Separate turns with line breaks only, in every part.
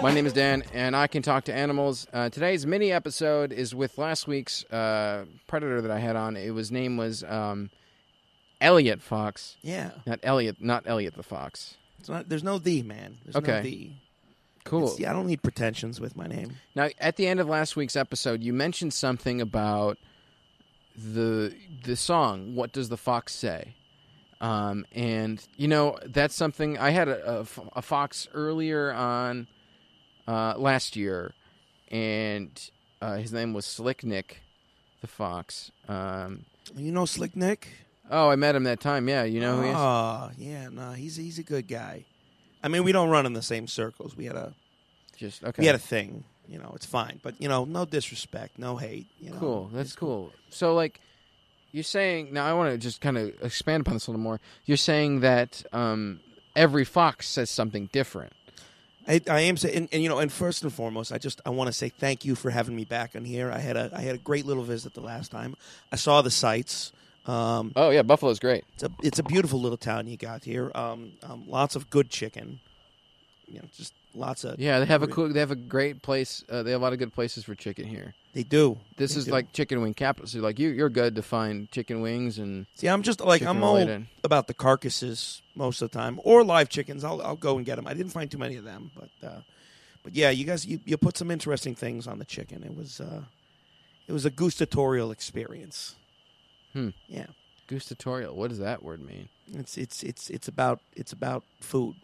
My name is Dan, and I can talk to animals. Uh, today's mini episode is with last week's uh, predator that I had on. It was name was um, Elliot Fox,
Yeah.
not Elliot, not Elliot the Fox.
It's not, there's no the, man. There's
Okay.
no the.
Cool.
It's- yeah, I don't need pretensions with my name.
Now, at the end of last week's episode, you mentioned something about the the song "What Does the Fox Say," um, and you know that's something I had a, a f- a fox earlier on uh, last year, and uh, his name was Slick Nick, the fox. Um,
You know Slick Nick?
oh, I met him that time. Yeah, you know who he is.
Oh, yeah, no, he's he's a good guy. I mean, we don't run in the same circles. We had a
Just okay.
we had a thing, you know, it's fine. But, you know, no disrespect, no hate, you know.
Cool. That's Um, cool. So, like, you're saying now. I want to just kind of expand upon this a little more. You're saying that um, every fox says something different.
I, I am saying, and, and you know, and first and foremost, I just I want to say thank you for having me back on here. I had a I had a great little visit the last time. I saw the sights. Um,
Oh yeah, Buffalo's great.
it's a it's a beautiful little town you got here. Um, um, lots of good chicken. You know, just lots of
Yeah, they have a cool. They have a great place. Uh, they have a lot of good places for chicken here.
They do.
This
They
is
do.
like chicken wing capital. So, like, you you're good to find chicken wings and
see, I'm just like I'm
chicken
all
related.
about the carcasses most of the time, or live chickens. I'll I'll go and get them. I didn't find too many of them, but uh, but yeah, you guys you, you put some interesting things on the chicken. It was uh, it was a gustatorial experience.
Hmm.
Yeah,
gustatorial. What does that word mean?
it's it's it's it's about it's about food.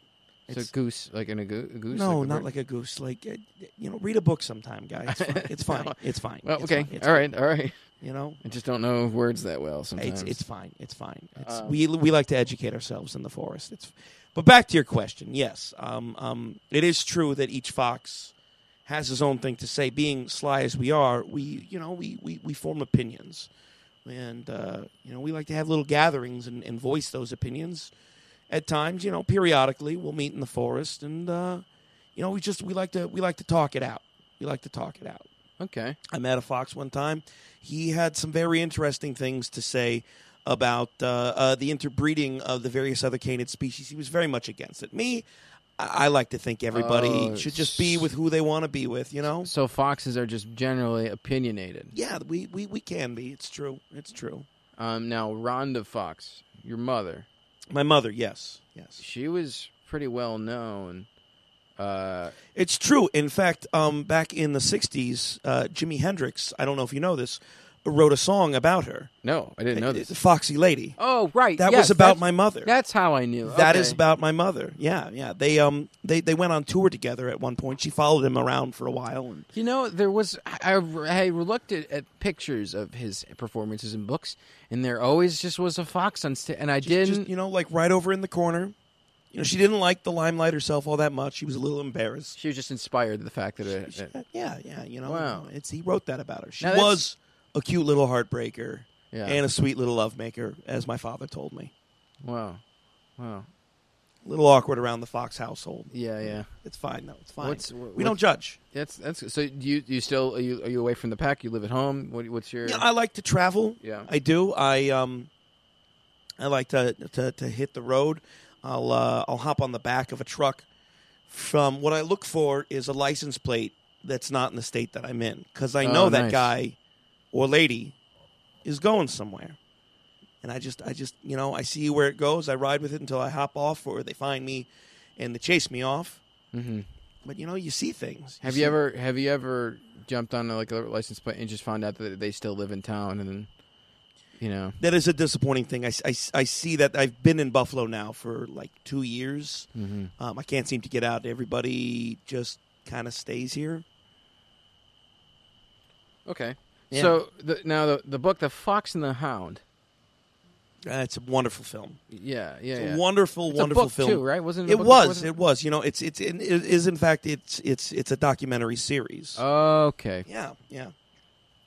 It's,
It's-
a goose, like in a, goo- a goose.
no,
like the
not
bird?
like a goose. Like uh, you know, read a book sometime, guy. It's fine. It's fine. It's fine.
Well,
It's
okay,
fine. It's
all right, all right.
You know,
I just don't know words that well. Sometimes
it's it's fine. It's fine. It's,
Um,
we we like to educate ourselves in the forest. It's, but back to your question. Yes, um, um, it is true that each fox has his own thing to say. Being sly as we are, we you know we we, we form opinions, and uh, you know we like to have little gatherings and, and voice those opinions. At times, you know, periodically, we'll meet in the forest, and uh, you know we just we like to we like to talk it out. We like to talk it out.
okay.
I met a fox one time. He had some very interesting things to say about uh, uh, the interbreeding of the various other canid species. He was very much against it. Me, I, I like to think everybody
Oh,
should just be with who they want to be with. You know?
So foxes are just generally opinionated.
Yeah, we, we we can be. It's true. It's true.
Um, now Rhonda Fox, your mother,
My mother, yes, yes,
she was pretty well known. Uh,
it's true. In fact, um, back in the '60s, uh, Jimi Hendrix. I don't know if you know this. Wrote a song about her, Uh,
no, I didn't know this.
Foxy Lady.
Oh, right.
That
yes,
was about
that's-
my mother.
That's how I knew.
That is
Okay.
about my mother. Yeah, yeah. They um they, they went on tour together at one point. She followed him around for a while. And
You know, there was I, I looked at, at pictures of his performances in books, and there always just was a fox on stage, and I didn't.
just you know, like right over in the corner. You know, she didn't like the limelight herself all that much. She was a little embarrassed.
she was just inspired by the fact that it.
She-
it-
yeah, yeah. You know,
Wow.
It's he wrote that about her. She
Now that's-
was a cute little heartbreaker
Yeah.
and a sweet little lovemaker, as my father told me.
wow, wow.
A little awkward around the Fox household.
Yeah, yeah.
It's fine though. It's fine.
What's- wh-
we don't
what's-
judge.
That's that's. So do you you still are you, are you away from the pack? You live at home. What, what's your?
Yeah, I like to travel.
Yeah.
I do. I um, I like to to, to hit the road. I'll uh, I'll hop on the back of a truck. From what I look for is a license plate that's not in the state that I'm in, because I know
Oh,
that
nice.
guy or lady is going somewhere, and I just I just you know I see where it goes. I ride with it until I hop off, or they find me and they chase me off.
hmm
But you know, you see things.
Have you
see-
ever have you ever jumped on like a license plate and just found out that they still live in town and then you know
That is a disappointing thing. I, I, I see that I've been in Buffalo now for like two years.
Mm-hmm.
Um, I can't seem to get out. Everybody just kind of stays here.
okay
Yeah.
so the, now the the book the fox and the hound
Uh, it's a wonderful film.
yeah yeah,
It's
yeah.
a wonderful,
It's a
wonderful
book,
film.
too, right wasn't it, a
It
book
was.
before
It was. You know, it's it's it is in fact it's it's it's a documentary series.
that? okay
yeah, yeah.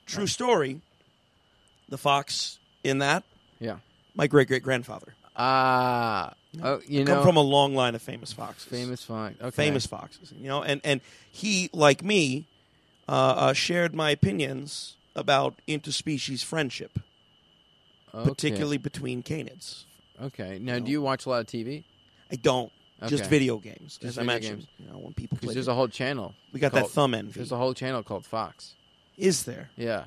True story. The fox in that
yeah
my great great grandfather
ah oh you
come
know
from a long line of famous foxes.
famous fox okay
famous foxes. You know, and and he, like me, uh, uh, shared my opinions about interspecies friendship,
Okay.
particularly between canids.
okay now do you watch a lot of TV
I don't. Just
Okay.
video games,
Just
as I
video
mentioned.
games.
You know, when people play,
Because there's a whole channel.
we got
called-
that thumb envy.
There's a whole channel called Fox.
Is there?
Yeah.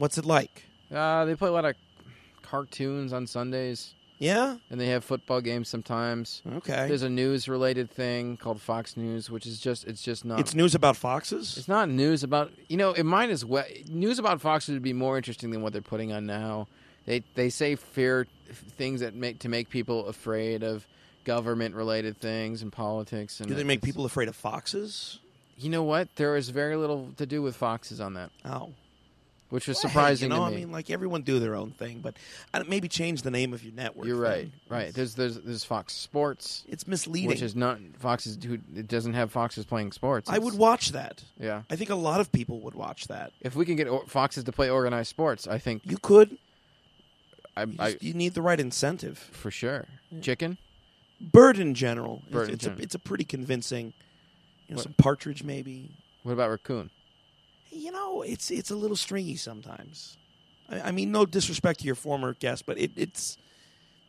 What's it like?
Uh, they play a lot of cartoons on Sundays,
Yeah.
and they have football games sometimes.
Okay.
There's a news-related thing called Fox News, which is just it's just not
it's news about foxes.
It's not news about you know. It might as well news about Fox would be more interesting than what they're putting on now. They they say fear things that make to make people afraid of government related things and politics. And
Do they make
it's-
people afraid of foxes?
You know what? There is very little to do with foxes on that,
Oh,
which was
Well, hey,
surprising
You know,
to me.
I mean, like everyone do their own thing, but I don't- maybe change the name of your network.
You're right,
thing.
right. There's there's there's Fox Sports,
It's misleading.
which is not Fox's. Who it doesn't have Foxes playing sports?
I
It's-
would watch that.
Yeah.
I think a lot of people would watch that.
If we can get or- foxes to play organized sports, I think
You could.
I,
You,
I
just- you need the right incentive.
for sure. Chicken.
Bird in general. It's-
Bird in
it's,
general.
A, it's a pretty convincing. You know,
What-
some partridge maybe.
What about raccoon?
You know, it's it's a little stringy sometimes. I, I mean, no disrespect to your former guest, but it, it's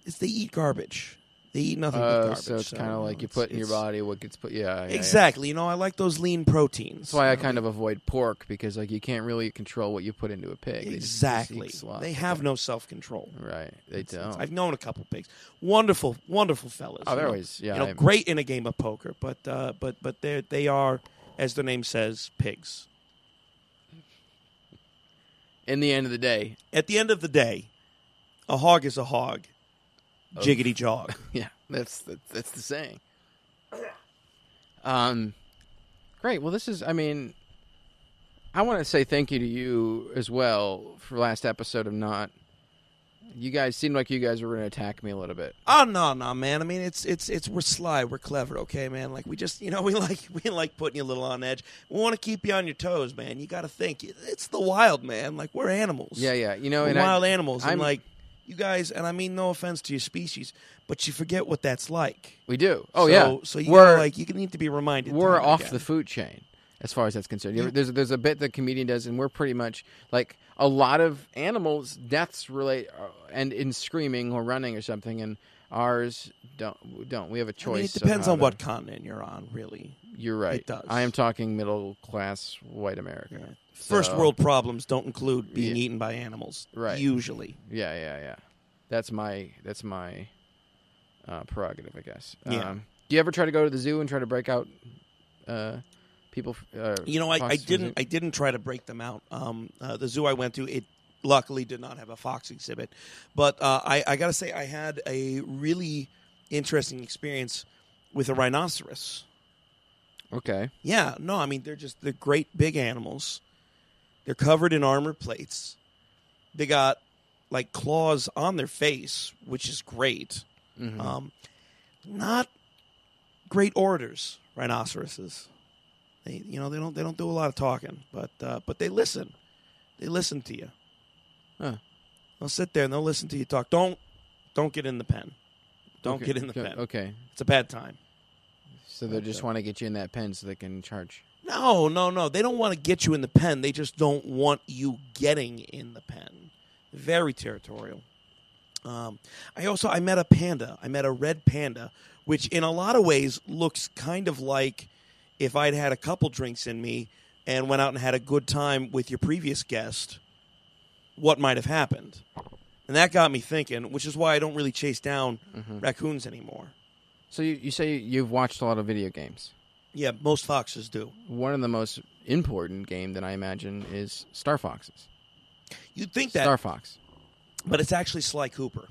it's they eat garbage. They eat nothing but
Oh,
garbage.
so it's kind
know,
of like you
it's-
put in your
it's-
body what gets put. Yeah, yeah, yeah.
Exactly. You know, I like those lean proteins.
That's why I kind of avoid pork because like you can't really control what you put into a pig. They just- just eat
exactly.
slop.
They have no self control.
right. They don't.
I've known a couple pigs. Wonderful, wonderful fellas.
oh,
you
they're
know.
always yeah.
you know,
I-
great in a game of poker, but uh, but but they they are, as their name says, pigs.
in the end of the day,
At the end of the day, a hog is a hog.
Of-
Jiggity jog.
yeah, that's that, that's the saying. Um, great. Well, this is. I mean, I want to say thank you to you as well for last episode of not. You guys seemed like you guys were going to attack me a little bit.
Oh no, no, man. I mean, it's it's it's we're sly, we're clever, okay, man. Like we just, you know, we like we like putting you a little on edge. We want to keep you on your toes, man. You got to think. It's the wild, man. Like we're animals.
Yeah, yeah. You know,
We're
and I,
wild animals. and
I'm-
like you guys, and I mean no offense to your species, but you forget what that's like.
we do. Oh
so,
yeah.
So you
We're-
gotta, like you need to be reminded.
we're
time
off
again.
the food chain as far as that's concerned. You ever-
Yeah.
There's there's a bit that comedian does, and we're pretty much like a lot of animals' deaths relate uh, and in screaming or running or something, and ours don't don't. We have a
I
choice.
mean, it
of
depends
how
on
to-
what continent you're on, really.
You're right.
it does.
I am talking middle class white America.
Yeah. First
So-
world problems don't include being
Yeah.
eaten by animals,
Right.
Usually,
Yeah, yeah, yeah. That's my that's my uh, prerogative, I guess.
Yeah.
Um, do you ever try to go to the zoo and try to break out uh, people? f- Uh,
you know, I, I
foxes from the zoo?
didn't. I didn't try to break them out. Um, uh, the zoo I went to, it luckily did not have a fox exhibit, but uh, I, I gotta say, I had a really interesting experience with a rhinoceros.
Okay.
Yeah, no, I mean they're just they're great big animals. They're covered in armor plates. They got like claws on their face, which is great.
Mhm.
Um, not great orators, rhinoceroses. They, you know, they don't they don't do a lot of talking, but uh, but they listen. They listen to you.
Huh.
They'll sit there and they'll listen to you talk. Don't don't get in the pen. Don't
Okay.
get in the
Good.
pen.
Okay.
It's a bad time.
So they just
Okay.
want to get you in that pen so they can charge.
No, no, no. They don't want to get you in the pen. They just don't want you getting in the pen. Very territorial. Um, I also I met a panda. I met a red panda, which in a lot of ways looks kind of like if I'd had a couple drinks in me and went out and had a good time with your previous guest, what might have happened. And that got me thinking, which is why I don't really chase down raccoons anymore.
So you, you say you've watched a lot of video games.
Yeah, most foxes do.
One of the most important game that I imagine is Star Foxes.
You'd think that,
Star Fox.
but it's actually Sly Cooper.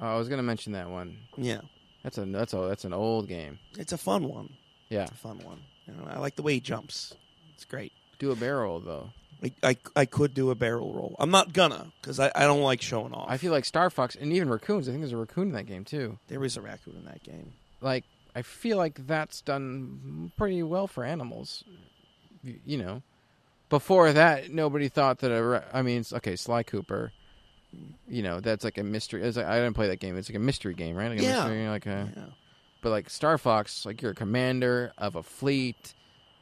Oh, I was going to mention that one.
Yeah.
That's a that's a that's an old game.
It's a fun one.
Yeah.
It's a fun one. You know, I like the way he jumps. It's great.
Do a barrel though.
I, I, I could do a barrel roll. I'm not gonna because I, I don't like showing off.
I feel like Star Fox and even raccoons. I think there's a raccoon in that game too.
there is a raccoon in that game.
Like I feel like that's done pretty well for animals. Y- You know. Before that, nobody thought that a. ra- I mean, it's- okay, Sly Cooper. You know, that's like a mystery. It's like, I didn't play that game. It's like a mystery game, right? Like a
Yeah.
mystery, like a.
Yeah.
But like Star Fox, like you're a commander of a fleet.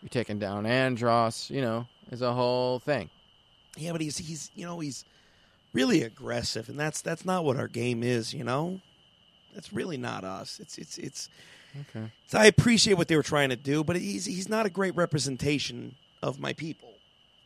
You're taking down Andros. You know, it's a whole thing.
Yeah, but he's he's you know he's really aggressive, and that's that's not what our game is. You know, that's really not us. It's it's it's
Okay.
So I appreciate what they were trying to do, but he's he's not a great representation of my people.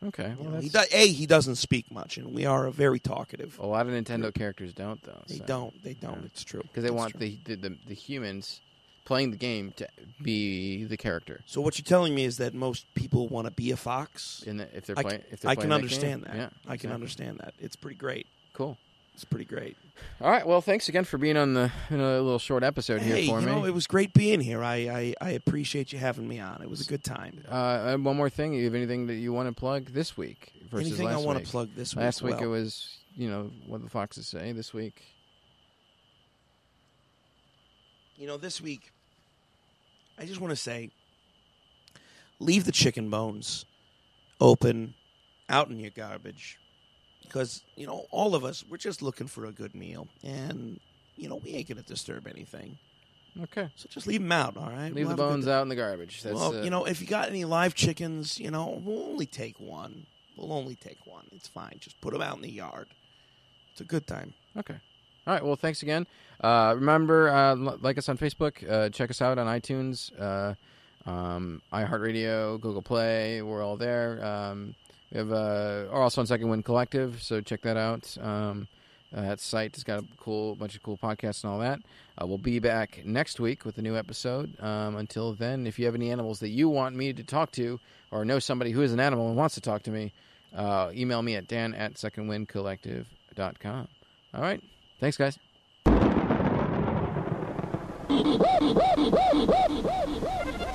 Okay.
You
Well,
know, he
that's,
do, a he doesn't speak much, and we are a very talkative.
a lot of Nintendo characters don't though.
They don't. They don't.
yeah.
It's true
because they
It's
want
true.
the, the the the humans playing the game to be the character.
So what you're telling me is that most people want to be a fox.
In the, if they're
I,
playing,
c-
if they're
I
playing
can understand
game.
that.
Yeah,
I can
exactly.
understand that. It's pretty great.
Cool.
It's pretty great.
All right. Well, thanks again for being on the you know, little short episode
hey,
here for
you
me.
know, it was great being here. I, I I appreciate you having me on. It was a good time.
Uh, and one more thing. You have anything that you want to plug this week versus
Anything
last
I want
week?
to plug this week?
Last week
well,
it was, you know, what the foxes say. This week,
you know, this week, I just want to say, leave the chicken bones open, out in your garbage, because you know all of us we're just looking for a good meal, and you know we ain't gonna disturb anything,
okay.
so just leave them out. All right,
Leave
We'll
the
have a good
bones out in the garbage. That's
well,
uh,
you know, if you got any live chickens, you know, we'll only take one. We'll only take one. It's fine. Just put them out in the yard. It's a good time.
Okay. All right. Well, thanks again. Uh, remember, uh, l- like us on Facebook. Uh, check us out on iTunes, uh, um, iHeartRadio, Google Play. We're all there. Um, we have uh, are also on Second Wind Collective, so check that out. Um, uh, that site has got a cool bunch of cool podcasts and all that. Uh, we'll be back next week with a new episode. Um, until then, if you have any animals that you want me to talk to, or know somebody who is an animal and wants to talk to me, uh, email me at dan at secondwindcollective.com. All right. Thanks, guys.
Woo!